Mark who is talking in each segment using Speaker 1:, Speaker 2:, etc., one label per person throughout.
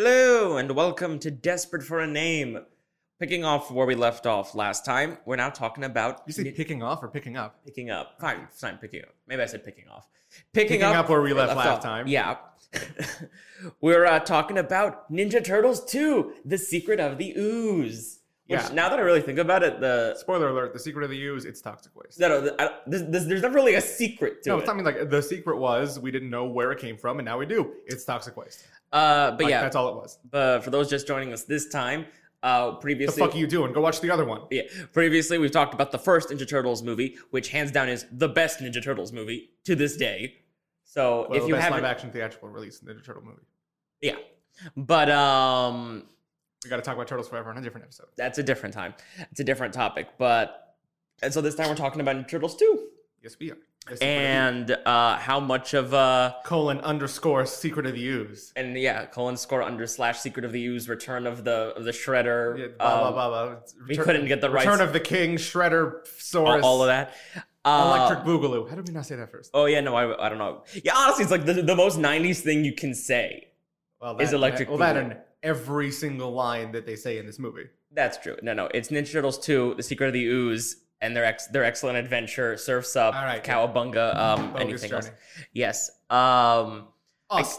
Speaker 1: and welcome to Desperate for a Name. Picking off where we left off last time, we're now talking about
Speaker 2: You say
Speaker 1: ni-
Speaker 2: picking off or picking up?
Speaker 1: picking up. Fine, fine, picking up. Maybe I said picking off. Picking,
Speaker 2: Picking up where we left last
Speaker 1: off.
Speaker 2: time.
Speaker 1: Yeah. we're uh, talking about Ninja Turtles 2, The Secret of the Ooze. Which,
Speaker 2: Yeah.
Speaker 1: now that I really think about it, the.
Speaker 2: Spoiler alert: the secret of the ooze, it's toxic waste.
Speaker 1: No, no, the- I, this, this, there's never really a secret to
Speaker 2: no,
Speaker 1: it.
Speaker 2: it's not I mean like the secret was we didn't know where it came from, and now we do. It's toxic waste.
Speaker 1: uh, but
Speaker 2: Like,
Speaker 1: yeah,
Speaker 2: that's all it was.
Speaker 1: but for those just joining us this time, uh,
Speaker 2: The
Speaker 1: previously
Speaker 2: fuck are you doing? Go watch the other one.
Speaker 1: Yeah. Previously, we've talked about the first Ninja Turtles movie, which hands down is the best Ninja Turtles movie to this day. So
Speaker 2: Well,
Speaker 1: if you
Speaker 2: best
Speaker 1: haven't,
Speaker 2: live action theatrical release in the turtle movie,
Speaker 1: yeah. But um,
Speaker 2: we got to talk about turtles forever on a different episode.
Speaker 1: that's a different time. It's a different topic. But and so this time we're talking about Ninja Turtles too,
Speaker 2: Yes, we are. The secret of the
Speaker 1: and uh, how much of uh,
Speaker 2: ooze. colon underscore secret of the ooze.
Speaker 1: and yeah, colon score under slash Secret of the Ooze, Return of the of the Shredder,
Speaker 2: Yeah, blah, blah,
Speaker 1: um,
Speaker 2: blah, blah. It's
Speaker 1: we couldn't get the rights-
Speaker 2: Return of the King, Shredder, Saurus,
Speaker 1: all, all of that. Uh,
Speaker 2: Electric Boogaloo. How did we not say that first?
Speaker 1: Oh yeah, no, I, I don't know. Yeah, honestly, it's like the, the most '90s thing you can say.
Speaker 2: Well,
Speaker 1: Is Electric
Speaker 2: Well, that
Speaker 1: Boogaloo.
Speaker 2: and every single line that they say in this movie.
Speaker 1: That's true. No, no, it's Ninja Turtles 2, The Secret of the Ooze, and their ex- their excellent adventure, Surfs Up,
Speaker 2: All right, yeah.
Speaker 1: Cowabunga, um,
Speaker 2: Bogus
Speaker 1: anything else.
Speaker 2: Journey.
Speaker 1: Yes. Um,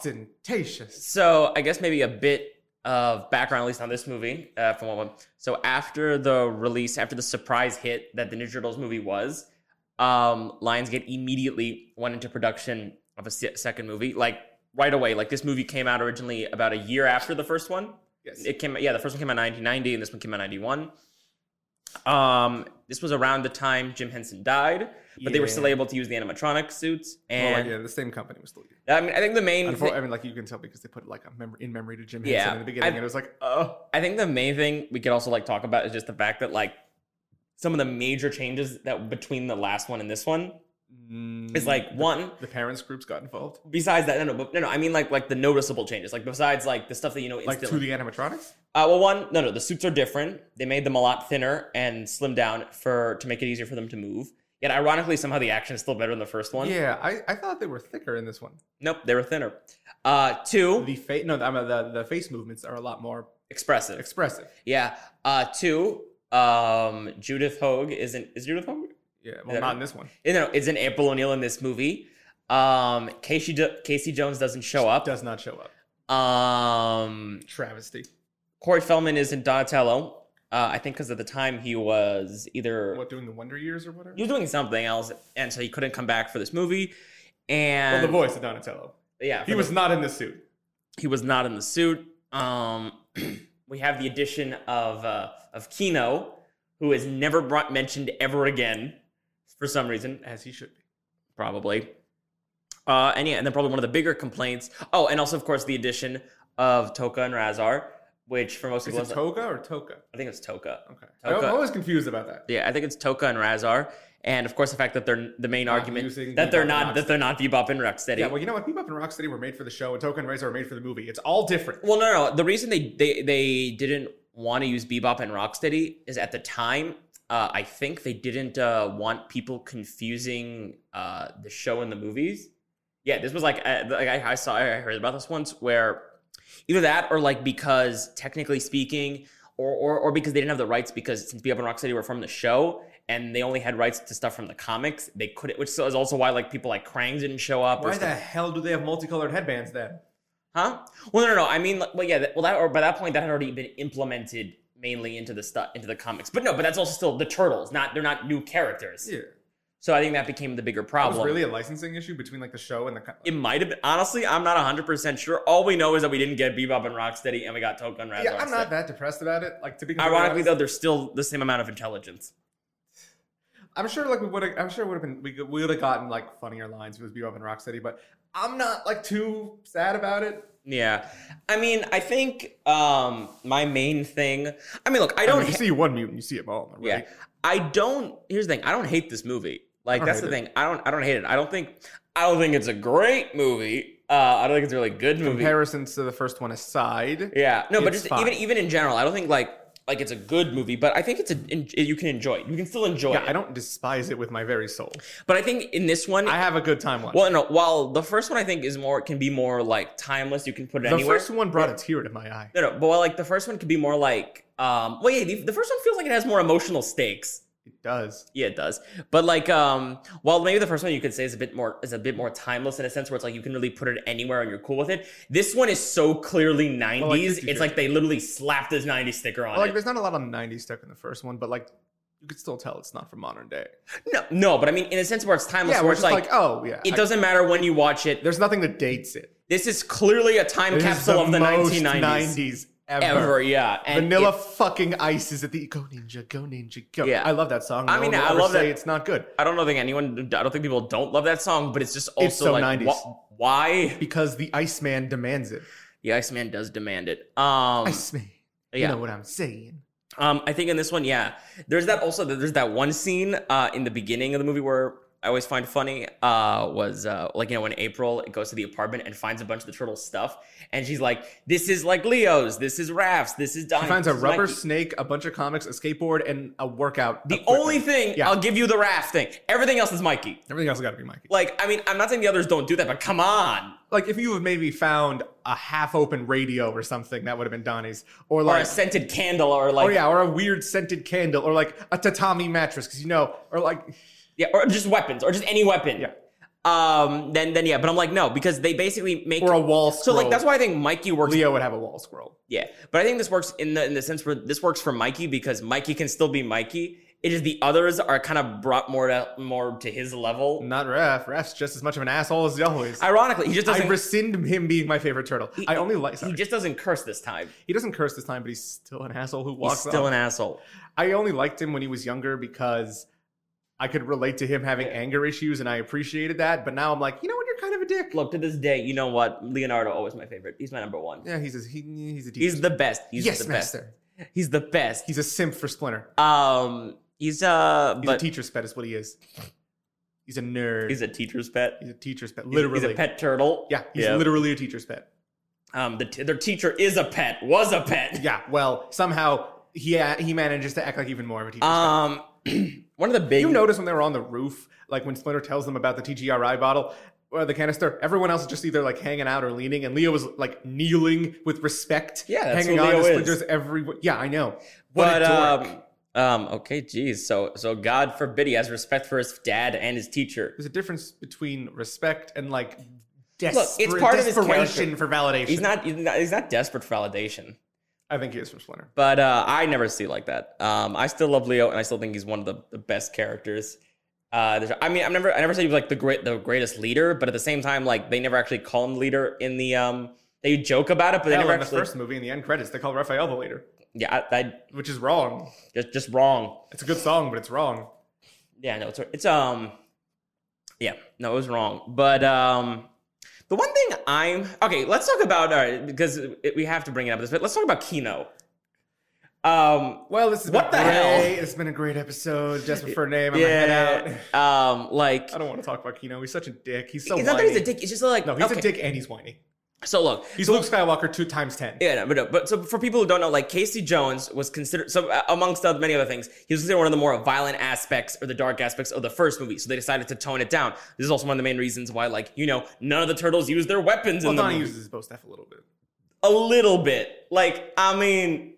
Speaker 2: Ostentatious.
Speaker 1: so I guess maybe a bit of background, at least on this movie, uh, from one. So after the release, after the surprise hit that the Ninja Turtles movie was, um, Lionsgate immediately went into production of a se- second movie, like right away. Like this movie came out originally about a year after the first one
Speaker 2: Yes.
Speaker 1: it came yeah the first one came out in 1990 and this one came out in 91 um this was around the time jim henson died but they were
Speaker 2: Yeah.
Speaker 1: still able to use the animatronic suits
Speaker 2: Well, like,
Speaker 1: and
Speaker 2: yeah, the same company was still used.
Speaker 1: i mean i think the main
Speaker 2: Unfor-
Speaker 1: thi-
Speaker 2: I mean, like you can tell because they put like a memory in memory to Jim Henson
Speaker 1: Yeah,
Speaker 2: in the beginning,
Speaker 1: I-
Speaker 2: and it was like, oh,
Speaker 1: uh, i think the main thing we could also like talk about is just the fact that like some of the major changes that between the last one and this one is
Speaker 2: Mm-hmm.
Speaker 1: like one
Speaker 2: mm, the parents groups got involved,
Speaker 1: besides that no no but no no i mean like like the noticeable changes like besides like the stuff that you know
Speaker 2: like
Speaker 1: instantly
Speaker 2: to the animatronics.
Speaker 1: Uh, well, one, no, no, the suits are different. They made them a lot thinner and slimmed down for to make it easier for them to move. Yet, ironically, somehow the action is still better than the first one.
Speaker 2: Yeah, I, I thought they were thicker in this one.
Speaker 1: Nope, they were thinner. Uh, two,
Speaker 2: The face, no, I mean, the the face movements are a lot more
Speaker 1: expressive.
Speaker 2: expressive.
Speaker 1: yeah. Uh, two, um, Judith Hogue isn't is Judith Hogue?
Speaker 2: Yeah,
Speaker 1: Is
Speaker 2: well,
Speaker 1: that
Speaker 2: not
Speaker 1: right?
Speaker 2: in this one.
Speaker 1: No, no, isn't April O'Neil in this movie? Um, Casey Jo- Casey Jones doesn't show up.
Speaker 2: Does not show up.
Speaker 1: Um,
Speaker 2: Travesty.
Speaker 1: Corey Feldman isn't Donatello. Uh, I think because at the time he was either
Speaker 2: What doing the Wonder Years or whatever?
Speaker 1: he was doing something else, and so he couldn't come back for this movie.
Speaker 2: well,
Speaker 1: And
Speaker 2: the voice of Donatello.
Speaker 1: yeah,
Speaker 2: He
Speaker 1: for
Speaker 2: was
Speaker 1: the-
Speaker 2: not in the suit.
Speaker 1: he was not in the suit. Um, we have the addition of uh, of Kino, who is never brought, mentioned ever again for some reason,
Speaker 2: as he should be.
Speaker 1: probably. Uh, and yeah, and then probably one of the bigger complaints. Oh, and also of course the addition of Toka and Razar, which for most
Speaker 2: Is
Speaker 1: people,
Speaker 2: it
Speaker 1: is-
Speaker 2: Toga or Toka?
Speaker 1: I think it's Toka.
Speaker 2: Okay, I-
Speaker 1: Toga.
Speaker 2: I'm always confused about that.
Speaker 1: Yeah, I think it's Toka and Razar, and of course the fact that they're the main
Speaker 2: Not
Speaker 1: argument
Speaker 2: using
Speaker 1: that they're
Speaker 2: Bebop and
Speaker 1: not that
Speaker 2: Rocksteady.
Speaker 1: they're not Bebop and Rocksteady.
Speaker 2: Yeah, well, you know what? Bebop and Rocksteady were made for the show, and Token Razor were made for the movie. It's all different.
Speaker 1: Well, no, no. The reason they they they didn't want to use bebop and rocksteady is at the time. Uh, I think they didn't uh, want people confusing uh, the show and the movies. Yeah, this was like, uh, like I, I saw I heard about this once where either that or like because technically speaking, or, or or because they didn't have the rights because since Bebop and Rocksteady were from the show and they only had rights to stuff from the comics, they couldn't. Which is also why like people like Krang didn't show up. or
Speaker 2: Why
Speaker 1: stuff
Speaker 2: the hell do they have multicolored headbands then?
Speaker 1: Huh? Well, no, no, no. I mean, like, well, yeah. that- Well, that or by that point, that had already been implemented mainly into the stuff into the comics. But no, but that's also still the turtles. Not they're not new characters.
Speaker 2: Yeah,
Speaker 1: So I think that became the bigger
Speaker 2: it was
Speaker 1: problem.
Speaker 2: really a licensing issue between like the show and the. co-
Speaker 1: it might have been honestly. I'm not 100 percent sure. All we know is that we didn't get Bebop and Rocksteady, and we got Token and Razor.
Speaker 2: yeah, I'm not that depressed about it. Like to be completely
Speaker 1: Ironically,
Speaker 2: honest,
Speaker 1: though, they're still the same amount of intelligence.
Speaker 2: I'm sure like we would. have I'm sure it would have been. We could- we would have gotten like funnier lines with Bebop and Rocksteady, but I'm not like too sad about it.
Speaker 1: Yeah, I mean, I think um my main thing. I mean, look, I don't.
Speaker 2: mean,
Speaker 1: ha-
Speaker 2: you see one mutant, you see them all. Right?
Speaker 1: Yeah. I don't here's the thing, I don't hate this movie. Like
Speaker 2: I don't
Speaker 1: that's the
Speaker 2: hate
Speaker 1: thing. I don't I don't hate it. I don't think I don't think it's a great movie. Uh I don't think it's a really good movie.
Speaker 2: Comparisons to the first one aside,
Speaker 1: yeah. No, but
Speaker 2: It's
Speaker 1: just
Speaker 2: fine.
Speaker 1: even even in general, I don't think like like it's a good movie, but I think it's a en- you can enjoy it. You can still enjoy
Speaker 2: Yeah,
Speaker 1: it.
Speaker 2: I don't despise it with my very soul.
Speaker 1: but I think in this one,
Speaker 2: I have a good time watching.
Speaker 1: well, no, while the first one I think is more can be more like timeless. You can put it
Speaker 2: the
Speaker 1: anywhere.
Speaker 2: first one brought a tear to my eye.
Speaker 1: no, no, but while like the first one could be more like um, well, yeah, the, the first one feels like it has more emotional stakes.
Speaker 2: It does.
Speaker 1: Yeah, it does. But like, um, well, maybe the first one you could say is a bit more is a bit more timeless in a sense where it's like you can really put it anywhere and you're cool with it. This one is so clearly '90s.
Speaker 2: did
Speaker 1: it's
Speaker 2: you-
Speaker 1: like they literally slapped this '90s sticker on
Speaker 2: Like,
Speaker 1: it.
Speaker 2: there's not a lot of '90s stuff in the first one, but like, you could still tell it's not from modern day.
Speaker 1: No, no, but I mean in a sense where it's timeless.
Speaker 2: Yeah,
Speaker 1: where
Speaker 2: we're
Speaker 1: it's
Speaker 2: just
Speaker 1: like,
Speaker 2: like, oh yeah.
Speaker 1: it
Speaker 2: I-
Speaker 1: doesn't matter when you watch it.
Speaker 2: there's nothing that dates it.
Speaker 1: This is clearly a time
Speaker 2: This is
Speaker 1: capsule of the
Speaker 2: most
Speaker 1: 1990s
Speaker 2: 90s ever.
Speaker 1: ever. Yeah, and
Speaker 2: Vanilla
Speaker 1: it-
Speaker 2: fucking ice is at the go ninja, go ninja, go.
Speaker 1: Yeah.
Speaker 2: I love that song.
Speaker 1: I
Speaker 2: No
Speaker 1: mean,
Speaker 2: one will
Speaker 1: I
Speaker 2: ever
Speaker 1: love
Speaker 2: say
Speaker 1: that-
Speaker 2: It's not good
Speaker 1: I don't think anyone. I don't think people don't love that song, but it's just also
Speaker 2: so
Speaker 1: like
Speaker 2: 90s.
Speaker 1: wh- why
Speaker 2: because the Iceman demands it.
Speaker 1: the Iceman does demand it. Um,
Speaker 2: Iceman,
Speaker 1: yeah.
Speaker 2: you know what I'm saying?
Speaker 1: Um, I think in this one, yeah, there's that also. There's that one scene uh, in the beginning of the movie where I always find funny uh, was uh, like you know when April goes to the apartment and finds a bunch of the turtle's stuff, and she's like, "This is like Leo's. This is Raph's. This is Donnie's."
Speaker 2: He finds a
Speaker 1: this is
Speaker 2: rubber
Speaker 1: Mikey's."
Speaker 2: snake, a bunch of comics, a skateboard, and a workout.
Speaker 1: The
Speaker 2: equipment.
Speaker 1: only thing
Speaker 2: Yeah.
Speaker 1: I'll give you the Raph thing. Everything else is Mikey.
Speaker 2: everything else has got to be Mikey.
Speaker 1: Like I mean, I'm not saying the others don't do that, but come on,
Speaker 2: Like if you have maybe found a half-open radio or something, that would have been Donnie's, or
Speaker 1: or
Speaker 2: like
Speaker 1: a scented candle, or like
Speaker 2: Oh yeah, or a weird scented candle, or like a tatami mattress, because you know, or like
Speaker 1: yeah, or just weapons, or just any weapon.
Speaker 2: Yeah.
Speaker 1: Um. Then then yeah, but I'm like no because they basically make
Speaker 2: or a wall
Speaker 1: so
Speaker 2: squirrel.
Speaker 1: like that's why I think Mikey works
Speaker 2: Leo would have a wall squirrel.
Speaker 1: Yeah, but I think this works in the in the sense where this works for Mikey because Mikey can still be Mikey. It is the others are kind of brought more to more to his level.
Speaker 2: Not Raph. Raph's just as much of an asshole as he always. I,
Speaker 1: Ironically, he just doesn't
Speaker 2: rescind him being my favorite turtle. I only like.
Speaker 1: he
Speaker 2: Sorry. He,
Speaker 1: just doesn't curse this time.
Speaker 2: doesn't curse this time, but he's still an asshole who
Speaker 1: He's
Speaker 2: walks.
Speaker 1: still
Speaker 2: up.
Speaker 1: an asshole.
Speaker 2: I only liked him when he was younger because I could relate to him having
Speaker 1: Yeah.
Speaker 2: anger issues, and I appreciated that. But now I'm like, you know what? You're kind of a dick.
Speaker 1: Look to this day, you know what? Leonardo always my favorite. He's my number one.
Speaker 2: yeah, he's a, he, he's a dick.
Speaker 1: He's the best. He's
Speaker 2: yes,
Speaker 1: the best.
Speaker 2: master.
Speaker 1: He's the best.
Speaker 2: He's a simp for Splinter.
Speaker 1: Um, he's uh,
Speaker 2: He's a
Speaker 1: but
Speaker 2: teacher's pet. Is what he is. He's a nerd.
Speaker 1: he's a teacher's pet.
Speaker 2: He's a teacher's pet.
Speaker 1: He's-
Speaker 2: Literally.
Speaker 1: he's a pet turtle.
Speaker 2: Yeah, he's
Speaker 1: Yeah.
Speaker 2: literally a teacher's pet.
Speaker 1: Um, the t- their teacher is a pet. Was a pet.
Speaker 2: Yeah, well, somehow he uh, he manages to act like even more of a teacher's
Speaker 1: Um, one of the
Speaker 2: pet.
Speaker 1: big
Speaker 2: You notice when they were on the roof, like when Splinter tells them about the TGRI bottle or the canister, everyone else is just either like hanging out or leaning, and Leo was like kneeling with respect.
Speaker 1: Yeah, that's
Speaker 2: hanging
Speaker 1: what Leo
Speaker 2: on to
Speaker 1: is.
Speaker 2: Splinter's every. Yeah, I know. What
Speaker 1: But
Speaker 2: a dork.
Speaker 1: um, um, okay, geez. So, so God forbid he has respect for his dad and his teacher.
Speaker 2: There's a difference between respect and like desperate,
Speaker 1: Look, it's part of his
Speaker 2: desperation for validation.
Speaker 1: He's not, he's not, he's not desperate for validation.
Speaker 2: I think he is for Splinter.
Speaker 1: But uh, I never see like that. Um, I still love Leo, and I still think he's one of the, the best characters. Uh, there's- I mean, I never, I never said he was like the great, the greatest leader, but at the same time, like they never actually call him leader in the. Um, they joke about it, but they
Speaker 2: Hell,
Speaker 1: never
Speaker 2: in the
Speaker 1: actually.
Speaker 2: first movie, in the end credits, they call Raphael the leader,
Speaker 1: Yeah, I, I
Speaker 2: which is wrong.
Speaker 1: just just wrong.
Speaker 2: It's a good song, but it's wrong.
Speaker 1: Yeah, no, it's it's um, yeah, no, it was wrong. But um, the one thing I'm okay. Let's talk about all right because it, we have to bring it up this, but let's talk about Kino. Um,
Speaker 2: Well, this is
Speaker 1: What
Speaker 2: been
Speaker 1: the hell?
Speaker 2: great. It's been a great episode. Desperate for a name. I'm gonna head
Speaker 1: yeah,
Speaker 2: out.
Speaker 1: um, like
Speaker 2: I don't want to talk about Kino. He's such a dick. He's so
Speaker 1: it's
Speaker 2: whiny.
Speaker 1: not that he's a dick. It's just like
Speaker 2: No, he's
Speaker 1: okay,
Speaker 2: a dick and he's whiny.
Speaker 1: So look,
Speaker 2: He's
Speaker 1: so-
Speaker 2: Luke Skywalker two times ten.
Speaker 1: Yeah, no, but, no, but so for people who don't know, like Casey Jones was considered, so uh, amongst other, many other things, he was considered one of the more violent aspects or the dark aspects of the first movie. So they decided to tone it down. This is also one of the main reasons why, like you know, none of the turtles use their weapons
Speaker 2: well,
Speaker 1: in the
Speaker 2: Donnie
Speaker 1: movie.
Speaker 2: uses his bow staff a little bit.
Speaker 1: a little bit. Like, I mean,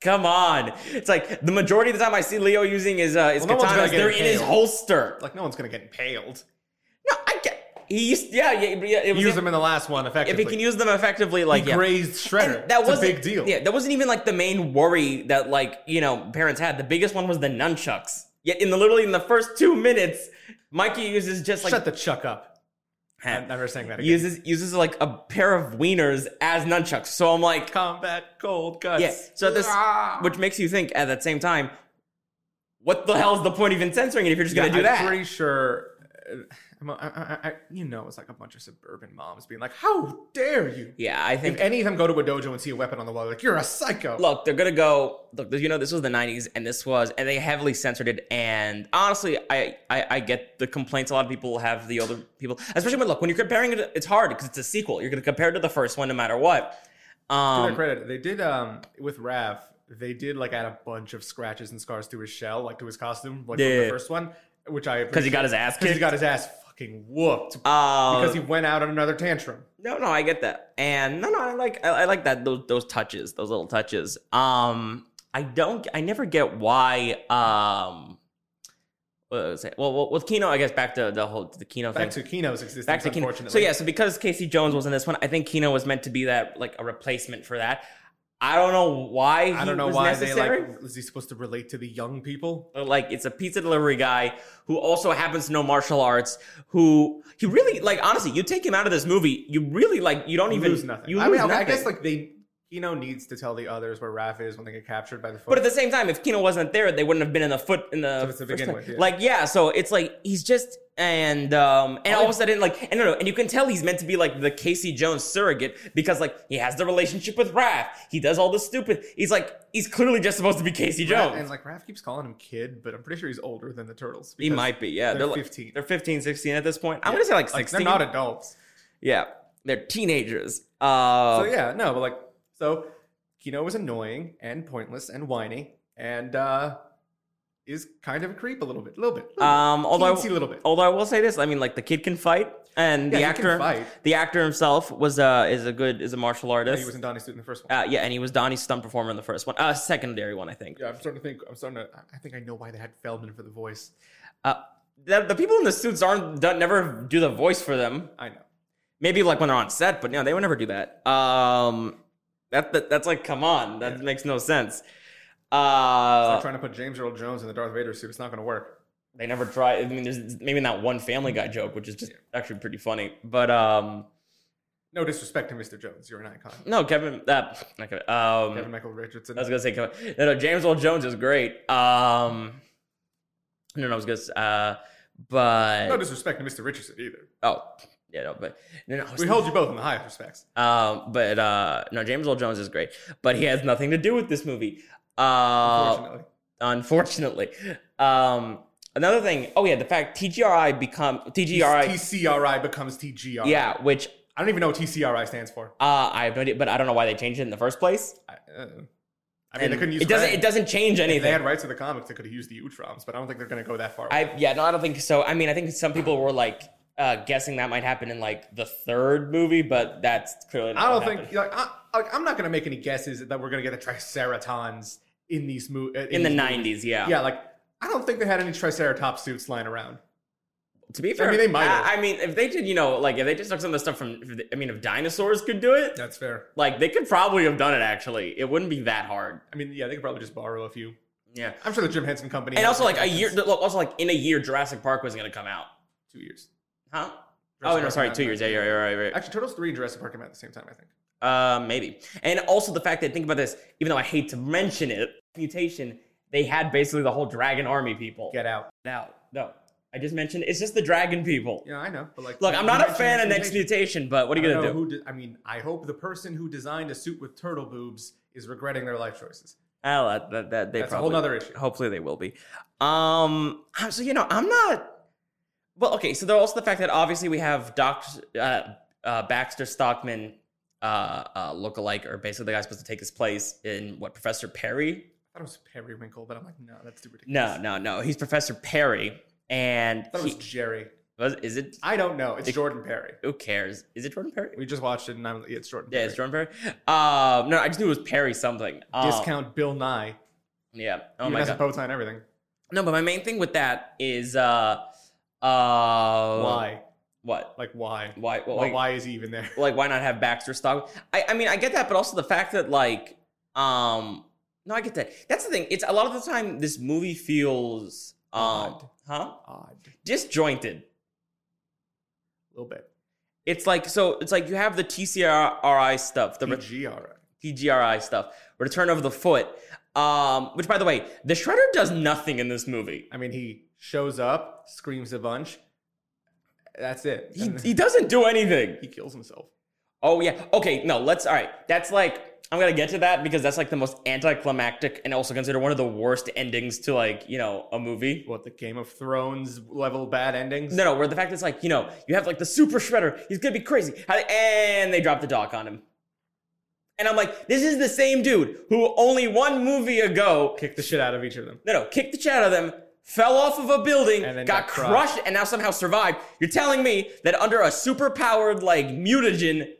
Speaker 1: come on. It's like the majority of the time I see Leo using his uh, his
Speaker 2: Well, no one's gonna
Speaker 1: katanas.
Speaker 2: get
Speaker 1: They're in his
Speaker 2: impaled.
Speaker 1: holster. Like,
Speaker 2: Like no one's gonna get impaled.
Speaker 1: no, I get. He used, yeah, yeah, yeah, it
Speaker 2: He
Speaker 1: was-
Speaker 2: used them in the last one
Speaker 1: if
Speaker 2: effectively.
Speaker 1: he can use them effectively, like
Speaker 2: He
Speaker 1: yeah.
Speaker 2: grazed Shredder.
Speaker 1: And that
Speaker 2: it's
Speaker 1: was
Speaker 2: a big deal.
Speaker 1: Yeah, that wasn't even like the main worry that like you know parents had. The biggest one was the nunchucks. Yet in the literally in the first two minutes, Mikey uses just like
Speaker 2: Shut the chuck up. I'm never saying that again.
Speaker 1: uses uses like a pair of wieners as nunchucks. So I'm like,
Speaker 2: Combat cold guts.
Speaker 1: Yeah, so this-
Speaker 2: Ah.
Speaker 1: which makes you think at that same time, what the hell is the point of even censoring it if you're just gonna
Speaker 2: Yeah,
Speaker 1: do
Speaker 2: I'm
Speaker 1: that?
Speaker 2: pretty sure. uh, I'm, I, I, I, you know, it's like a bunch of suburban moms being like, "How dare you!"
Speaker 1: Yeah, I
Speaker 2: If e-
Speaker 1: think.
Speaker 2: any of them go to a dojo and see a weapon on the wall, they're like, you're a psycho.
Speaker 1: Look, they're gonna go. Look, you know this was the '90s, and this was, and they heavily censored it. And honestly, I, I, I get the complaints a lot of people have. The other people, especially when look, when you're comparing it, it's hard because it's a sequel. You're gonna compare it to the first one, no matter what.
Speaker 2: to their
Speaker 1: Um,
Speaker 2: credit, they did um, with Rav, they did like add a bunch of scratches and scars to his shell, like to his costume, like
Speaker 1: Yeah,
Speaker 2: from
Speaker 1: yeah.
Speaker 2: the first one, which I
Speaker 1: because he got his ass
Speaker 2: because
Speaker 1: kicked.
Speaker 2: he got his ass fucking whooped
Speaker 1: Uh,
Speaker 2: because he went out on another tantrum.
Speaker 1: No, no, I get that, and no, no, I like, I, I like that those those touches, those little touches. Um, I don't, I never get why. Um, what was it? Well, well, with Kino, I guess back to the whole to the Kino
Speaker 2: Back
Speaker 1: thing.
Speaker 2: to Kino's existence,
Speaker 1: back to Kino. So
Speaker 2: unfortunately.
Speaker 1: yeah, so because Casey Jones was in this one, I think Kino was meant to be that like a replacement for that. I don't know why.
Speaker 2: I
Speaker 1: he
Speaker 2: don't know
Speaker 1: was
Speaker 2: why
Speaker 1: necessary.
Speaker 2: they like. Is he supposed to relate to the young people?
Speaker 1: like it's a pizza delivery guy who also happens to know martial arts who he really like honestly you take him out of this movie you really like you don't
Speaker 2: You
Speaker 1: even
Speaker 2: lose nothing.
Speaker 1: you
Speaker 2: I
Speaker 1: lose
Speaker 2: mean, I-
Speaker 1: nothing.
Speaker 2: I guess like they Kino needs to tell the others where Raph is when they get captured by the.
Speaker 1: but at the same time if Kino wasn't there they wouldn't have been in the foot in the,
Speaker 2: So it's to
Speaker 1: first
Speaker 2: begin
Speaker 1: place.
Speaker 2: with, yeah.
Speaker 1: like yeah so it's like he's just and um and
Speaker 2: Oh,
Speaker 1: all
Speaker 2: yeah.
Speaker 1: of a sudden like and no no and you can tell he's meant to be like the Casey Jones surrogate because like he has the relationship with Raph he does all the stupid he's like he's clearly just supposed to be Casey
Speaker 2: Raph-
Speaker 1: Jones
Speaker 2: and like Raph keeps calling him kid, but I'm pretty sure he's older than the turtles.
Speaker 1: he
Speaker 2: because
Speaker 1: might be yeah
Speaker 2: They're,
Speaker 1: they're, like
Speaker 2: 15.
Speaker 1: they're 15 16 at this point I'm
Speaker 2: Yeah.
Speaker 1: gonna say like
Speaker 2: Like,
Speaker 1: 16
Speaker 2: they're not adults.
Speaker 1: Yeah, they're teenagers. Uh,
Speaker 2: so yeah, no, but like so Kino was annoying and pointless and whiny and uh is kind of a creep a little bit, a little bit, a little
Speaker 1: Um,
Speaker 2: bit.
Speaker 1: although
Speaker 2: Teensy little bit.
Speaker 1: although I will say this, I mean, like the kid can fight, and
Speaker 2: Yeah,
Speaker 1: the
Speaker 2: he can
Speaker 1: actor,
Speaker 2: fight.
Speaker 1: the actor himself was uh is a good is a martial
Speaker 2: Yeah,
Speaker 1: artist.
Speaker 2: he was in Donnie Suit in the first one.
Speaker 1: uh, yeah, and he was Donnie's stunt performer in the first one, uh, secondary one, I think.
Speaker 2: yeah, I'm starting to think. I'm starting to. I think I know why they had Feldman for the voice.
Speaker 1: The, the people in the suits aren't don't, never do the voice for them.
Speaker 2: I know.
Speaker 1: Maybe like when they're on set, but no, they would never do that. Um, that, that that's like, come on, that
Speaker 2: Yeah.
Speaker 1: makes no sense.
Speaker 2: It's
Speaker 1: Uh,
Speaker 2: like trying to put James Earl Jones in the Darth Vader suit. It's not going to work.
Speaker 1: they never try. I mean, there's maybe not one Family Guy joke, which is just actually pretty funny. But um,
Speaker 2: No disrespect to Mr. Jones. You're an icon.
Speaker 1: no, Kevin, uh, not Kevin. Um,
Speaker 2: Kevin Michael Richardson.
Speaker 1: I was gonna say Kevin. No, no, James Earl Jones is great. Um, no, no, I was gonna. s- Uh, but
Speaker 2: no disrespect to Mr. Richardson either.
Speaker 1: oh, yeah, no, but no, no. I was
Speaker 2: We hold you both in the highest respects.
Speaker 1: Um, but uh, no, James Earl Jones is great, but he has nothing to do with this movie. Uh,
Speaker 2: Unfortunately,
Speaker 1: unfortunately. Um, another thing. Oh yeah, the fact TGRI become TGRI.
Speaker 2: TCRI becomes TGRI.
Speaker 1: yeah, which
Speaker 2: I don't even know what TCRI stands for.
Speaker 1: Uh, I have no idea, but I don't know why they changed it in the first place.
Speaker 2: I, uh, I mean, they
Speaker 1: And
Speaker 2: couldn't use
Speaker 1: it. Doesn't
Speaker 2: Fred.
Speaker 1: it doesn't change
Speaker 2: If they
Speaker 1: anything?
Speaker 2: had rights to the comics, they could have used the Utroms, but I don't think they're going to go that far.
Speaker 1: I yeah, no, I don't think so. I mean, I think some people were like uh, guessing that might happen in like the third movie, but that's clearly. Not
Speaker 2: I don't
Speaker 1: what
Speaker 2: think
Speaker 1: happened.
Speaker 2: like, I, like I'm not going to make any guesses that we're going to get the Triceratons in these movies
Speaker 1: in the '90s. Yeah.
Speaker 2: Yeah, like I don't think they had any Triceratops suits lying around.
Speaker 1: To be fair,
Speaker 2: mean, they might have.
Speaker 1: I, I mean, if they did, you know, like if they just took some of the stuff from, if the- I mean, if dinosaurs could do it,
Speaker 2: That's fair.
Speaker 1: like they could probably have done it. Actually, it wouldn't be that hard.
Speaker 2: I mean, yeah, they could probably just borrow a few.
Speaker 1: Yeah.
Speaker 2: I'm sure the Jim Henson Company.
Speaker 1: And
Speaker 2: has
Speaker 1: also, like a year,
Speaker 2: Triceratons.
Speaker 1: look, also like in a year, Jurassic Park was gonna come out,
Speaker 2: two years.
Speaker 1: huh?
Speaker 2: Jurassic
Speaker 1: oh no,
Speaker 2: Park
Speaker 1: sorry,
Speaker 2: came out
Speaker 1: two
Speaker 2: in
Speaker 1: years. Yeah, yeah,
Speaker 2: 1990.
Speaker 1: yeah, right, right.
Speaker 2: Actually, Turtles three and Jurassic Park came out at the same time. I think.
Speaker 1: Uh, maybe. And also the fact that think about this, even though I hate to mention it, mutation, they had basically the whole dragon army people.
Speaker 2: Get out.
Speaker 1: Now, no, I just mentioned it's just the dragon people.
Speaker 2: Yeah, I know, but like,
Speaker 1: Look,
Speaker 2: you-
Speaker 1: I'm
Speaker 2: you
Speaker 1: not a
Speaker 2: mentioned
Speaker 1: fan of
Speaker 2: the
Speaker 1: Next
Speaker 2: mutation.
Speaker 1: Mutation, but what are you
Speaker 2: I don't
Speaker 1: gonna do?
Speaker 2: know Who did, I mean, I hope the person who designed a suit with turtle boobs is regretting their life choices.
Speaker 1: Oh, that, that, that- they
Speaker 2: That's
Speaker 1: probably.
Speaker 2: a whole nother issue.
Speaker 1: hopefully they will be. Um, I'm- so you know, I'm not. Well, okay. So there's also the fact that obviously we have Doc uh, uh, Baxter Stockman uh, uh, look-alike, or basically the guy supposed to take his place in what Professor Perry
Speaker 2: I thought it was Periwinkle, but I'm like, no, that's too ridiculous.
Speaker 1: No, no, no. He's Professor Perry, and
Speaker 2: I thought it
Speaker 1: he,
Speaker 2: was Jerry.
Speaker 1: was, is it?
Speaker 2: I don't know. It's
Speaker 1: It-
Speaker 2: Jordan Perry.
Speaker 1: Who cares? Is it Jordan Perry?
Speaker 2: We just watched it, and I'm yeah, it's Jordan.
Speaker 1: Yeah, it's
Speaker 2: Perry.
Speaker 1: Jordan Perry. Um, no, I just knew it was Perry something. Um,
Speaker 2: Discount Bill Nye.
Speaker 1: Yeah.
Speaker 2: Oh
Speaker 1: Oh
Speaker 2: Even
Speaker 1: my
Speaker 2: has
Speaker 1: god.
Speaker 2: a bow tie and everything.
Speaker 1: No, but my main thing with that is uh, uh,
Speaker 2: why?
Speaker 1: What?
Speaker 2: Like why?
Speaker 1: Why? Well,
Speaker 2: why,
Speaker 1: like, why?
Speaker 2: why is he even there?
Speaker 1: Like, why not have Baxter Stock? I, I mean, I get that, but also the fact that like, um, no, I get that. That's the thing. It's a lot of the time this movie feels um,
Speaker 2: Odd.
Speaker 1: huh,
Speaker 2: Odd. A
Speaker 1: disjointed.
Speaker 2: little bit.
Speaker 1: It's like so. It's like you have the TCRI stuff, the re-
Speaker 2: PGRI.
Speaker 1: TGRI stuff, Return of the Foot. Um, which, by the way, the Shredder does nothing in this movie.
Speaker 2: I mean, he shows up, screams a bunch. That's it.
Speaker 1: He,
Speaker 2: And then
Speaker 1: he doesn't do anything.
Speaker 2: he kills himself.
Speaker 1: Oh yeah. Okay. No. Let's. All right. That's like I'm gonna get to that because that's like the most anticlimactic and also considered one of the worst endings to like you know a movie.
Speaker 2: What the Game of Thrones level bad endings?
Speaker 1: No, no. Where the fact is like you know you have like the super Shredder. He's gonna be crazy. How they- And they drop the dog on him. And I'm like, this is the same dude who only one movie ago,
Speaker 2: Kick the shit out of each of them.
Speaker 1: no, no, kicked the shit out of them, fell off of a building,
Speaker 2: And then
Speaker 1: got,
Speaker 2: got crushed.
Speaker 1: crushed, and now somehow survived. You're telling me that under a superpowered like mutagen,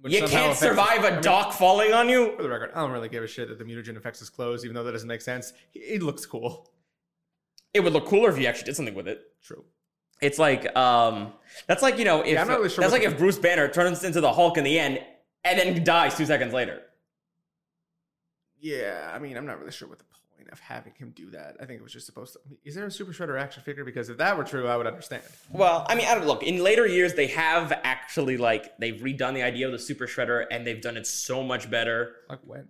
Speaker 2: which
Speaker 1: you
Speaker 2: somehow
Speaker 1: can't
Speaker 2: affects-
Speaker 1: survive
Speaker 2: I
Speaker 1: a
Speaker 2: mean,
Speaker 1: dock falling on you?
Speaker 2: For the record, I don't really give a shit that the mutagen affects his clothes, even though that doesn't make sense. He, he looks cool.
Speaker 1: It would look cooler if you actually did something with it.
Speaker 2: True.
Speaker 1: It's like um, that's like you know if
Speaker 2: I'm not really sure
Speaker 1: that's
Speaker 2: what
Speaker 1: like
Speaker 2: the-
Speaker 1: if Bruce Banner turns into the Hulk in the end and then dies two seconds later.
Speaker 2: Yeah, I mean, I'm not really sure what the point of having him do that. I think it was just supposed to. Is there a Super Shredder action figure? Because if that were true, I would understand.
Speaker 1: Well, I mean, I don't look. In later years, they have actually like they've redone the idea of the Super Shredder and they've done it so much better.
Speaker 2: Like when?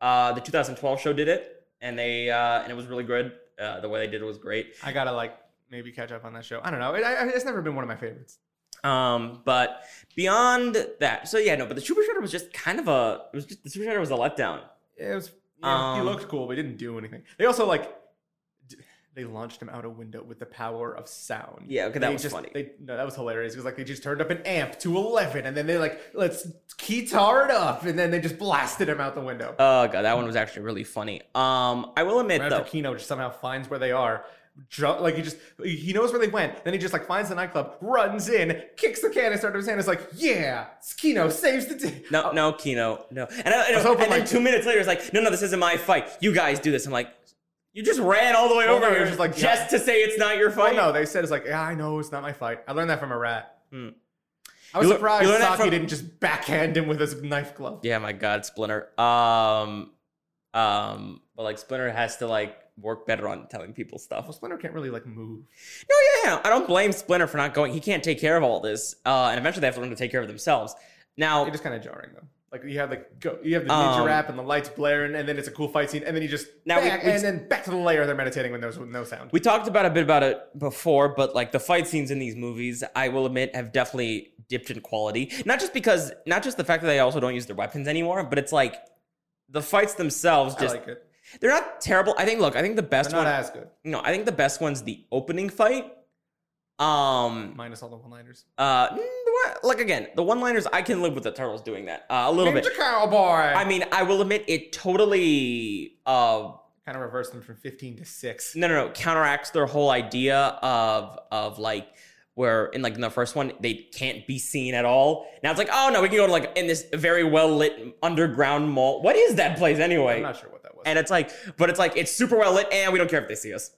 Speaker 1: Uh, the 2012 show did it, and they uh, and it was really good. Uh, the way they did it was great.
Speaker 2: I gotta like maybe catch up on that show. I don't know. It, I, it's never been one of my favorites.
Speaker 1: Um, but beyond that, so yeah, no. But the Super Shredder was just kind of a. It was just the Super Shredder was a letdown.
Speaker 2: It was. yeah, he
Speaker 1: Um,
Speaker 2: looked cool, but he didn't do anything. They also like. d- They launched him out a window with the power of sound.
Speaker 1: Yeah, okay, that
Speaker 2: They
Speaker 1: was
Speaker 2: just-
Speaker 1: funny.
Speaker 2: They, no, that was hilarious because like they just turned up an amp to eleven, and then they like let's guitar it up, and then they just blasted him out the window.
Speaker 1: Oh god, that one was actually really funny. Um, I will admit
Speaker 2: right
Speaker 1: though,
Speaker 2: after Kino just somehow finds where they are. Jump, like he just he knows where they went. Then he just like finds the nightclub, runs in, kicks the canister out of his hand. Is like, yeah, it's Kino saves the day.
Speaker 1: No, no, Kino, no. And, I, and,
Speaker 2: was hoping,
Speaker 1: and then
Speaker 2: like-
Speaker 1: two minutes later, it's like, no, no, this isn't my fight. You guys do this. I'm like, you just ran all the way
Speaker 2: Well,
Speaker 1: over
Speaker 2: no, it
Speaker 1: here
Speaker 2: was just
Speaker 1: just,
Speaker 2: like,
Speaker 1: to say it's not your
Speaker 2: Oh
Speaker 1: fight.
Speaker 2: no, they said it's like, yeah, I know it's not my fight. I learned that from a rat.
Speaker 1: Hmm.
Speaker 2: I was
Speaker 1: You lear-
Speaker 2: surprised
Speaker 1: you learned that
Speaker 2: Saki
Speaker 1: from-
Speaker 2: didn't just backhand him with his knife glove.
Speaker 1: Yeah, my God, Splinter. Um, um, but like Splinter has to like work better on telling people stuff.
Speaker 2: Well, Splinter can't really like move.
Speaker 1: No, yeah, yeah. I don't blame Splinter for not going. He can't take care of all this, uh, and eventually they have to learn to take care of themselves. Now,
Speaker 2: It is kind of jarring though. Like you have like go, you have the ninja
Speaker 1: Um,
Speaker 2: rap and the lights blaring, and then it's a cool fight scene, and then you just
Speaker 1: Now we-
Speaker 2: back,
Speaker 1: we-
Speaker 2: and then back to the layer they're meditating with no, with no sound.
Speaker 1: We talked about a bit about it before, but like the fight scenes in these movies, I will admit, have definitely dipped in quality. Not just because, not just the fact that they also don't use their weapons anymore, but it's like the fights themselves
Speaker 2: I
Speaker 1: just
Speaker 2: like it.
Speaker 1: they're not terrible. I think. Look, I think the
Speaker 2: They're
Speaker 1: best
Speaker 2: not
Speaker 1: one.
Speaker 2: as good.
Speaker 1: no, I think the best one's the opening fight. Um,
Speaker 2: Minus all the one-liners.
Speaker 1: uh, mm, the one- like again, the one-liners I can live with the turtles doing that uh, a little
Speaker 2: Ninja
Speaker 1: bit.
Speaker 2: Cowboy.
Speaker 1: I mean, I will admit it totally uh
Speaker 2: kind of reversed them from 15 to 6.
Speaker 1: no no no counteracts their whole idea of of like where in like in the first one they can't be seen at all now it's like oh no we can go to like in this very well lit underground mall what is that place
Speaker 2: I'm
Speaker 1: anyway
Speaker 2: not sure what that was.
Speaker 1: and it's like but it's like it's super well lit and we don't care if they see us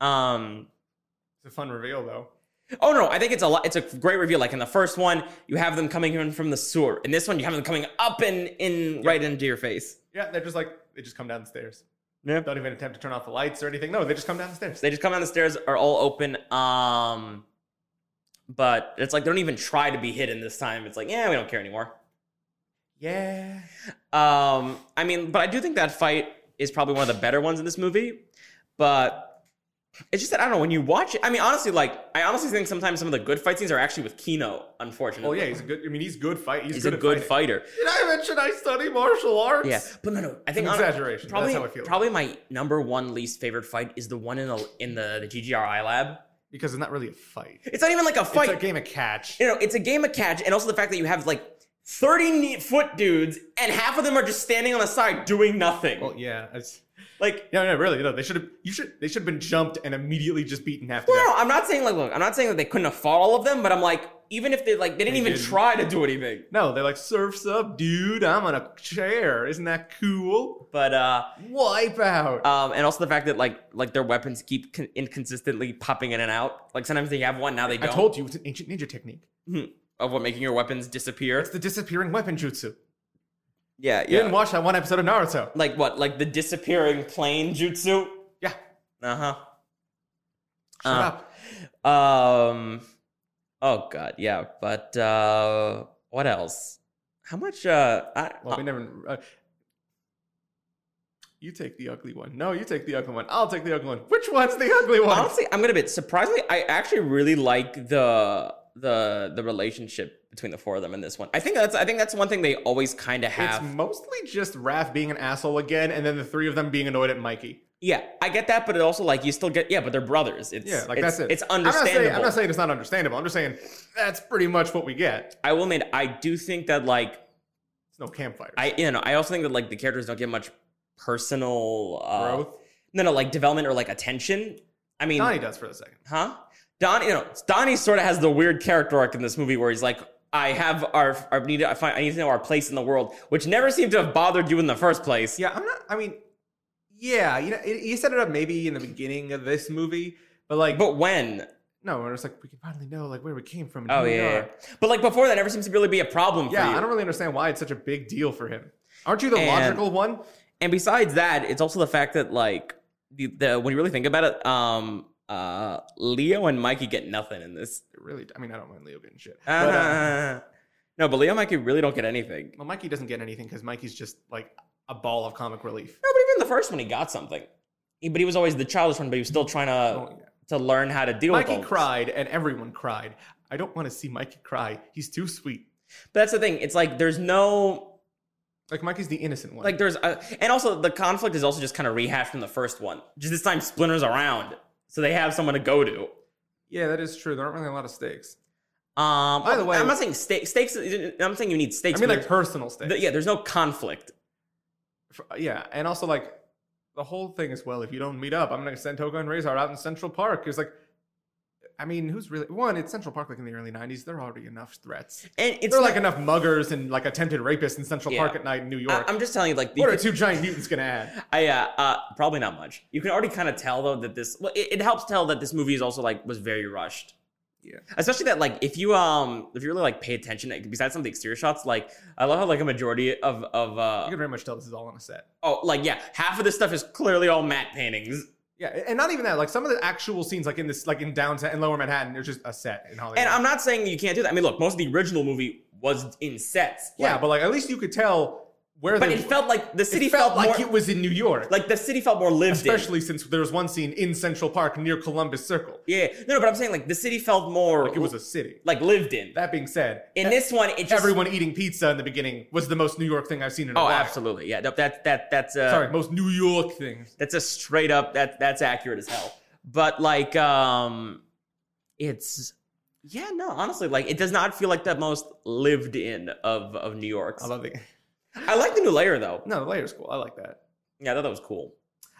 Speaker 1: um
Speaker 2: it's a fun reveal, though.
Speaker 1: oh no i think it's a lot it's a great reveal like in the first one you have them coming in from the sewer in this one you have them coming up and in right into your face
Speaker 2: Yeah, they're just like, they just come down the stairs.
Speaker 1: yeah
Speaker 2: Don't even attempt to turn off the lights or anything. No, they just come down the stairs.
Speaker 1: They just come down the stairs, are all open. Um, but it's like they don't even try to be hidden this time. It's like, yeah, we don't care anymore.
Speaker 2: Yeah.
Speaker 1: Um, I mean, but I do think that fight is probably one of the better ones in this movie. But it's just that I don't know when you watch it. I mean, honestly, like I honestly think sometimes some of the good fight scenes are actually with Kino. Unfortunately,
Speaker 2: Well, Oh, yeah, he's a good, I mean, he's good fight. He's,
Speaker 1: he's
Speaker 2: good
Speaker 1: a
Speaker 2: at
Speaker 1: good
Speaker 2: fighting.
Speaker 1: fighter.
Speaker 2: Did I mention I study martial arts?
Speaker 1: Yeah, but no, no, I
Speaker 2: An
Speaker 1: think hon-
Speaker 2: exaggeration. but
Speaker 1: probably
Speaker 2: that's how I feel.
Speaker 1: probably my number one least favorite fight is the one in the in the, the GGRI lab.
Speaker 2: because it's not really a fight.
Speaker 1: It's not even like a fight.
Speaker 2: It's a game of catch.
Speaker 1: you know, it's a game of catch, and also the fact that you have like 30 ne- foot dudes, and half of them are just standing on the side doing nothing.
Speaker 2: Well, yeah. It's,
Speaker 1: like,
Speaker 2: no, no, really. No, they should have, you should, they should have been jumped and immediately just beaten after
Speaker 1: well,
Speaker 2: that.
Speaker 1: I'm not saying like, look, I'm not saying that they couldn't have fought all of them, but I'm like, even if they like, they didn't
Speaker 2: They
Speaker 1: even
Speaker 2: didn't.
Speaker 1: try to do anything.
Speaker 2: No, they're like, surf's up, dude. I'm on a chair. Isn't that cool?
Speaker 1: But uh,
Speaker 2: Wipe out.
Speaker 1: um, and also the fact that like, like their weapons keep con- inconsistently popping in and out. Like sometimes they have one, now they
Speaker 2: I
Speaker 1: don't. Hmm.
Speaker 2: told you it's an ancient ninja technique.
Speaker 1: of what making your weapons disappear.
Speaker 2: It's the disappearing weapon jutsu.
Speaker 1: Yeah,
Speaker 2: You didn't watch that one episode of Naruto.
Speaker 1: Like what? Like the disappearing plane jutsu.
Speaker 2: Yeah.
Speaker 1: Uh huh.
Speaker 2: Shut
Speaker 1: Uh,
Speaker 2: up.
Speaker 1: Um. Oh God, yeah. But uh, what else? How much? Uh, I,
Speaker 2: Well, we never. Uh, you take the ugly one. No, you take the ugly one. I'll take the ugly one. Which one's the ugly one?
Speaker 1: honestly, I'm gonna be surprisingly. I actually really like the the the relationship between the four of them in this one. I think that's I think that's one thing they always kind of
Speaker 2: it's
Speaker 1: have.
Speaker 2: mostly just Raph being an asshole again, and then the three of them being annoyed at Mikey.
Speaker 1: yeah, I get that, but it also like you still get yeah, but they're brothers. It's,
Speaker 2: Yeah, like
Speaker 1: it's-
Speaker 2: that's it.
Speaker 1: It's
Speaker 2: I'm not,
Speaker 1: understandable.
Speaker 2: saying, I'm not saying it's not understandable. I'm just saying that's pretty much what we get.
Speaker 1: I will admit, I do think that like
Speaker 2: It's no campfire.
Speaker 1: I you know I also think that like the characters don't get much personal uh,
Speaker 2: Growth.
Speaker 1: No, no, like development or like attention. I mean,
Speaker 2: Donnie does for the second.
Speaker 1: huh? Donnie, you know, Donnie sort of has the weird character arc in this movie where he's like, I have our, I need to find, I need to know our place in the world, which never seemed to have bothered you in the first place.
Speaker 2: Yeah, I'm not. I mean, yeah, you know, it, you set it up maybe in the beginning of this movie, but like,
Speaker 1: But when?
Speaker 2: no, we're just like we can finally know like where we came from. And
Speaker 1: Oh
Speaker 2: who we
Speaker 1: yeah, yeah.
Speaker 2: are.
Speaker 1: But like before that, never seems to really be a problem for
Speaker 2: yeah.
Speaker 1: you.
Speaker 2: I don't really understand why it's such a big deal for him. Aren't you the
Speaker 1: And-
Speaker 2: logical one?
Speaker 1: and besides that, it's also the fact that like the, the when you really think about it, um, uh, Leo and Mikey get nothing in this.
Speaker 2: It really, I mean, I don't mind Leo getting shit. But, uh,
Speaker 1: Uh, no, but Leo and Mikey really don't get anything.
Speaker 2: well, Mikey doesn't get anything because Mikey's just like a ball of comic relief.
Speaker 1: No, but even the first one, he got something. He- but he was always the childish one, but he was still trying to
Speaker 2: Oh, yeah.
Speaker 1: to learn how to deal with all
Speaker 2: Mikey
Speaker 1: this.
Speaker 2: cried, and everyone cried. I don't want to see Mikey cry. He's too sweet.
Speaker 1: But that's the thing. It's like there's no
Speaker 2: Like Mikey's the innocent one.
Speaker 1: like there's a, and also the conflict is also just kind of rehashed from the first one. Just this time, Splinter's around, so they have someone to go to.
Speaker 2: yeah, that is true. There aren't really a lot of stakes.
Speaker 1: Um,
Speaker 2: By the way-
Speaker 1: I'm not saying stakes. Stakes. I'm saying you need stakes.
Speaker 2: I mean,
Speaker 1: but
Speaker 2: like personal stakes.
Speaker 1: there's- yeah, there's no conflict.
Speaker 2: F- yeah, and also like the whole thing as well. If you don't meet up, I'm gonna send Toga and Razor out in Central Park. It's like, I mean, who's really one? It's Central Park, like in the early '90s. There are already enough threats.
Speaker 1: And it's
Speaker 2: There are like
Speaker 1: not-
Speaker 2: enough muggers and like attempted rapists in Central
Speaker 1: Yeah.
Speaker 2: Park at night in New York.
Speaker 1: I, am just telling you, like the,
Speaker 2: what are two giant mutants gonna add?
Speaker 1: I uh, uh probably not much. You can already kind of tell though that this well, it, it helps tell that this movie is also like was very rushed.
Speaker 2: Yeah.
Speaker 1: Especially that like if you um if you really like pay attention like, besides some of the exterior shots like I love how like a majority of of
Speaker 2: You
Speaker 1: uh
Speaker 2: can very much tell this is all on a set.
Speaker 1: oh like yeah half of this stuff is clearly all matte paintings
Speaker 2: Yeah, a- and not even that. Like some of the actual scenes, like in this, like in downtown in Lower Manhattan, there's just a set in Hollywood.
Speaker 1: and I'm not saying you can't do that I mean look most of the original movie was in sets
Speaker 2: yeah,
Speaker 1: like,
Speaker 2: but like at least you could tell where.
Speaker 1: but
Speaker 2: they
Speaker 1: it
Speaker 2: were.
Speaker 1: felt like the
Speaker 2: It
Speaker 1: city
Speaker 2: felt
Speaker 1: felt,
Speaker 2: like
Speaker 1: more
Speaker 2: it was in New York.
Speaker 1: like the city felt more lived in
Speaker 2: especially since there was one scene in Central Park near Columbus Circle.
Speaker 1: yeah no, no but I'm saying like the city felt more
Speaker 2: Like it was a city.
Speaker 1: like lived in
Speaker 2: That being said, e-,
Speaker 1: in this one it just
Speaker 2: everyone eating pizza in the beginning was the most New York thing I've seen in a
Speaker 1: Oh,
Speaker 2: while.
Speaker 1: absolutely. Yeah, no, that that that's a
Speaker 2: Sorry, most New York things.
Speaker 1: that's a straight up that that's accurate as hell. But like, um, it's yeah, no, honestly, like it does not feel like the most lived in of of New York.
Speaker 2: I love the
Speaker 1: I like the new layer though.
Speaker 2: no the layer's cool. I like that.
Speaker 1: Yeah, I thought that was cool.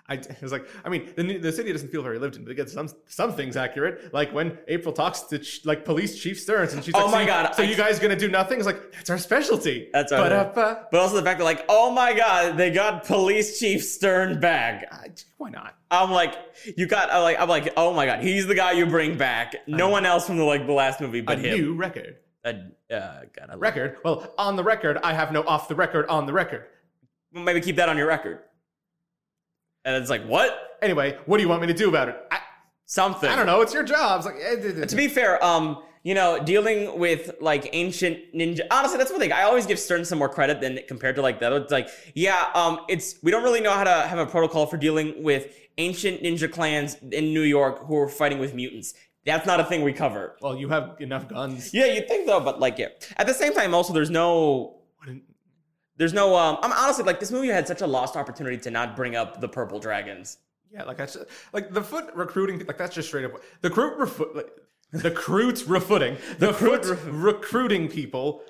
Speaker 2: I it was like, I mean, the, new- the city doesn't feel very lived in, but it gets some some things accurate. Like when April talks to ch- like police chief Stearns, and she's
Speaker 1: Oh
Speaker 2: like,
Speaker 1: my
Speaker 2: "So you-
Speaker 1: God,
Speaker 2: so
Speaker 1: I-
Speaker 2: you guys gonna do nothing?" It's like that's our specialty.
Speaker 1: That's our-
Speaker 2: but uh,
Speaker 1: But also the fact that like, oh my god, they got Police Chief Stern back.
Speaker 2: why not?
Speaker 1: I'm like, you got I'm like I'm like, oh my god, he's the guy you bring back. No
Speaker 2: know.
Speaker 1: one else from the like the last movie but
Speaker 2: a
Speaker 1: him.
Speaker 2: new record.
Speaker 1: uh, uh, god, I love
Speaker 2: Record. Well, on the record, I have no off the record. On the record.
Speaker 1: Well, maybe keep that on your record. And it's like, what?
Speaker 2: Anyway, what do you want me to do about it? I,
Speaker 1: Something.
Speaker 2: I don't know. It's your job. It's like eh, d- d-
Speaker 1: To be fair, um, you know, dealing with like ancient ninja. Honestly, that's one thing. I always give Stern some more credit than compared to like the other. It's like, yeah, um, it's we don't really know how to have a protocol for dealing with ancient ninja clans in New York who are fighting with mutants. That's not a thing we cover.
Speaker 2: well, you have enough guns.
Speaker 1: Yeah, you'd think though, but like, yeah. At the same time, also, there's no.
Speaker 2: Wouldn't-
Speaker 1: There's no. Um, I'm honestly like this movie had such a lost opportunity to not bring up the purple dragons.
Speaker 2: Yeah, like that's like the foot recruiting. Like that's just straight up the crew. Refu- like, the crew's refooting. The foot recruiting people.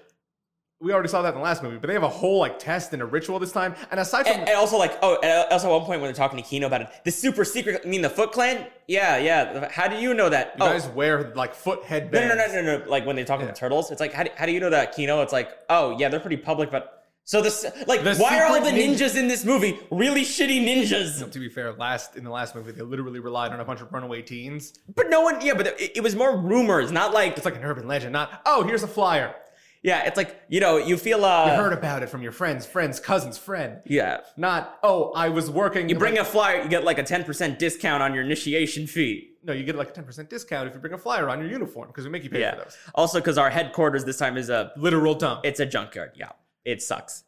Speaker 2: We already saw that in the last movie, but they have a whole like test and a ritual this time. And aside from
Speaker 1: And, and also, like, oh, and also at one point when they're talking to Kino about it, the super secret, I mean, the Foot Clan? Yeah, yeah. How do you know that?
Speaker 2: you
Speaker 1: oh,
Speaker 2: guys wear like foot
Speaker 1: no,
Speaker 2: headbands.
Speaker 1: no, no, no, no, Like, when they talk about
Speaker 2: Yeah.
Speaker 1: the turtles, it's like, how do, how do you know that, Kino? It's like, oh, yeah, they're pretty public, but. So this, like,
Speaker 2: The
Speaker 1: why are all the
Speaker 2: secret ninja-
Speaker 1: ninjas in this movie really shitty ninjas?
Speaker 2: To be fair, last in the last movie, they literally relied on a bunch of runaway teens.
Speaker 1: But no one, yeah, but it, it was more rumors, not like,
Speaker 2: It's like an urban legend, not oh, here's a flyer.
Speaker 1: yeah, it's like, you know, you feel,
Speaker 2: You
Speaker 1: uh,
Speaker 2: heard about it from your friends, friends, cousins, friend.
Speaker 1: yeah.
Speaker 2: Not oh, I was working.
Speaker 1: You bring a flyer, you get like a 10% discount on your initiation fee.
Speaker 2: no, you get like a ten percent discount if you bring a flyer on your uniform because we make you pay for
Speaker 1: Yeah.
Speaker 2: those.
Speaker 1: Also, because our headquarters this time is a,
Speaker 2: Literal dump.
Speaker 1: it's a junkyard. Yeah. It sucks.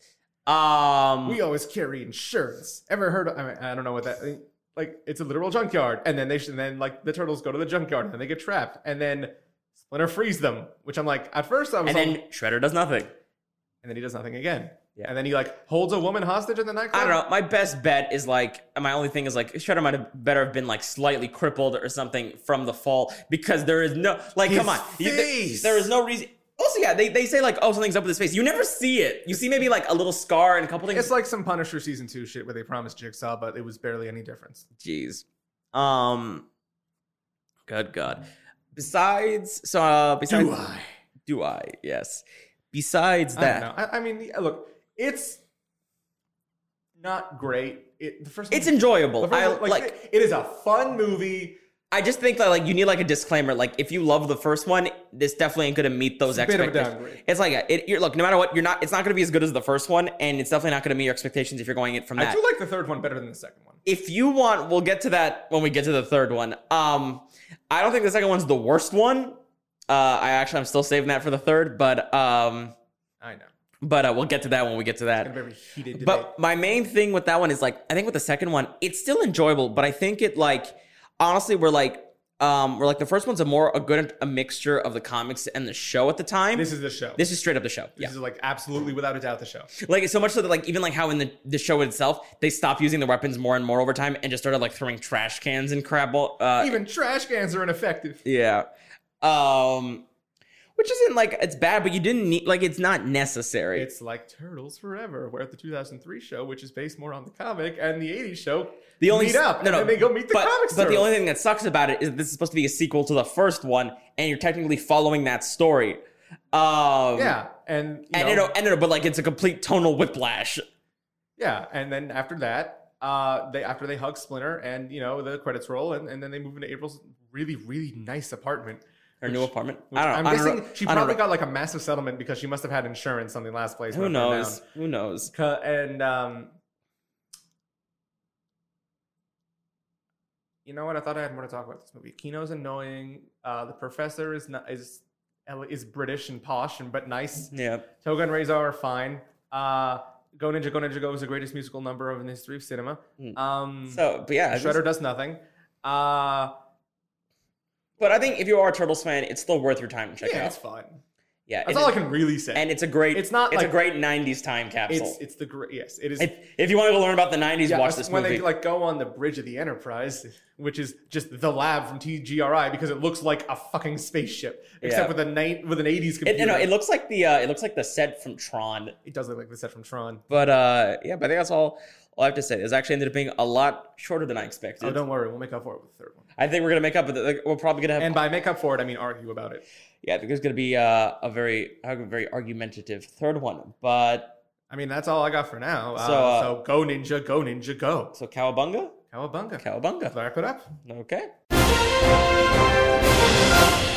Speaker 1: Um,
Speaker 2: we always carry insurance. Ever heard? Of, I, mean, I don't know what that. Like it's a literal junkyard, and then they should then like the turtles go to the junkyard, and then they get trapped, and then Splinter frees them. Which I'm like, at first I was,
Speaker 1: and
Speaker 2: like,
Speaker 1: then Shredder does nothing.
Speaker 2: and then he does nothing again.
Speaker 1: Yeah.
Speaker 2: And then he like holds a woman hostage in the nightclub.
Speaker 1: I don't know. My best bet is like my only thing is like Shredder might have better have been like slightly crippled or something from the fall because there is no like
Speaker 2: His
Speaker 1: come on You- there-
Speaker 2: face!
Speaker 1: there is no reason. Also, also, yeah, they, they say like, oh, something's up with his face. You never see it. You see maybe like a little scar and a couple things.
Speaker 2: It's like some Punisher season two shit where they promised Jigsaw, but it was barely any difference.
Speaker 1: Jeez. Um. Good God. Besides, so uh, besides,
Speaker 2: I?
Speaker 1: do I? Yes. Besides
Speaker 2: I don't know.
Speaker 1: that,
Speaker 2: I, I mean, yeah, look, it's not great. It, the first
Speaker 1: it's
Speaker 2: the
Speaker 1: enjoyable.
Speaker 2: first-
Speaker 1: I
Speaker 2: like,
Speaker 1: like.
Speaker 2: it- it is a fun movie.
Speaker 1: I just think that like you need like a disclaimer. Like if you love the first one, this definitely ain't gonna meet those
Speaker 2: It's a bit of a
Speaker 1: expectations.
Speaker 2: downgrade.
Speaker 1: It's like a, it, you're, look, no matter what, you're not. It's not gonna be as good as the first one, and it's definitely not gonna meet your expectations if you're going it from
Speaker 2: I
Speaker 1: that.
Speaker 2: do like the third one better than the second one.
Speaker 1: if you want, we'll get to that when we get to the third one. Um, I don't think the second one's the worst one. Uh, I actually I'm still saving that for the third, but um,
Speaker 2: I know.
Speaker 1: but uh, we'll get to that when we get to
Speaker 2: Kind
Speaker 1: that.
Speaker 2: of very heated debate.
Speaker 1: But my main thing with that one is like I think with the second one, it's still enjoyable, but I think it like honestly we're like um we're like the first one's a more a good a mixture of the comics and the show at the time.
Speaker 2: this is the show.
Speaker 1: This is straight up the show.
Speaker 2: This
Speaker 1: Yeah.
Speaker 2: is like absolutely without a doubt the show.
Speaker 1: Like it's so much so that like even like how in the, the show itself, they stopped using the weapons more and more over time and just started like throwing trash cans and crab ball uh
Speaker 2: Even trash cans are ineffective.
Speaker 1: Yeah. Um which isn't like it's bad, but you didn't need like it's not necessary.
Speaker 2: It's like Turtles Forever, where the 2003 show, which is based more on the comic, and the 80s show
Speaker 1: The only
Speaker 2: meet up,
Speaker 1: no, no,
Speaker 2: and then they go meet the
Speaker 1: but,
Speaker 2: comics.
Speaker 1: But the only thing that sucks about it is this is supposed to be a sequel to the first one, and you're technically following that story. Um,
Speaker 2: yeah, and you
Speaker 1: and
Speaker 2: know,
Speaker 1: it and it, but like it's a complete tonal whiplash.
Speaker 2: yeah, and then after that, uh, they after they hug Splinter, and you know the credits roll, and, and then they move into April's really really nice apartment.
Speaker 1: Her new apartment.
Speaker 2: which
Speaker 1: I don't know.
Speaker 2: I'm
Speaker 1: I don't
Speaker 2: guessing
Speaker 1: know-
Speaker 2: she
Speaker 1: I don't
Speaker 2: probably
Speaker 1: know.
Speaker 2: got like a massive settlement because she must have had insurance on the last place.
Speaker 1: Who
Speaker 2: when it burned
Speaker 1: knows? Who knows?
Speaker 2: down. Ca- And um, you know what? I thought I had more to talk about this movie. Kino's annoying. Uh, the professor is not is is British and posh and but nice.
Speaker 1: Yeah.
Speaker 2: Toga and Rezar are fine. Uh, Go Ninja Go Ninja Go is the greatest musical number of in the history of cinema.
Speaker 1: Mm.
Speaker 2: Um,
Speaker 1: So, but yeah,
Speaker 2: Shredder does nothing. Uh,
Speaker 1: but I think if you are a Turtles fan, it's still worth your time to check
Speaker 2: yeah,
Speaker 1: out.
Speaker 2: it's fun.
Speaker 1: Yeah,
Speaker 2: That's
Speaker 1: it
Speaker 2: all I
Speaker 1: is-
Speaker 2: can really say.
Speaker 1: and it's a great.
Speaker 2: It's not
Speaker 1: It's
Speaker 2: like-
Speaker 1: a great '90s time capsule.
Speaker 2: it's it's the great. Yes, it is.
Speaker 1: if, if you want to learn about the '90s,
Speaker 2: yeah,
Speaker 1: watch this
Speaker 2: when
Speaker 1: movie.
Speaker 2: they like go on the bridge of the Enterprise, which is just the lab from TGRI because it looks like a fucking spaceship, except
Speaker 1: Yeah.
Speaker 2: with a night with an '80s
Speaker 1: it,
Speaker 2: computer.
Speaker 1: no, no, it looks like the uh, it looks like the set from Tron.
Speaker 2: It does look like the set from Tron.
Speaker 1: But uh, yeah, but I think that's all, all I have to say. This actually ended up being a lot shorter than I expected.
Speaker 2: Oh, don't worry, we'll make up for it with the third one.
Speaker 1: I think we're gonna make up. with it. Like, we're probably gonna have.
Speaker 2: And by make up for it, I mean argue about it.
Speaker 1: yeah, I think there's gonna be uh, a very, a very argumentative third one. But
Speaker 2: I mean, that's all I got for now. Uh, so,
Speaker 1: So, uh,
Speaker 2: go ninja, go ninja, go.
Speaker 1: so cowabunga,
Speaker 2: Cowabunga.
Speaker 1: cowabunga.
Speaker 2: Wrap it up.
Speaker 1: Okay.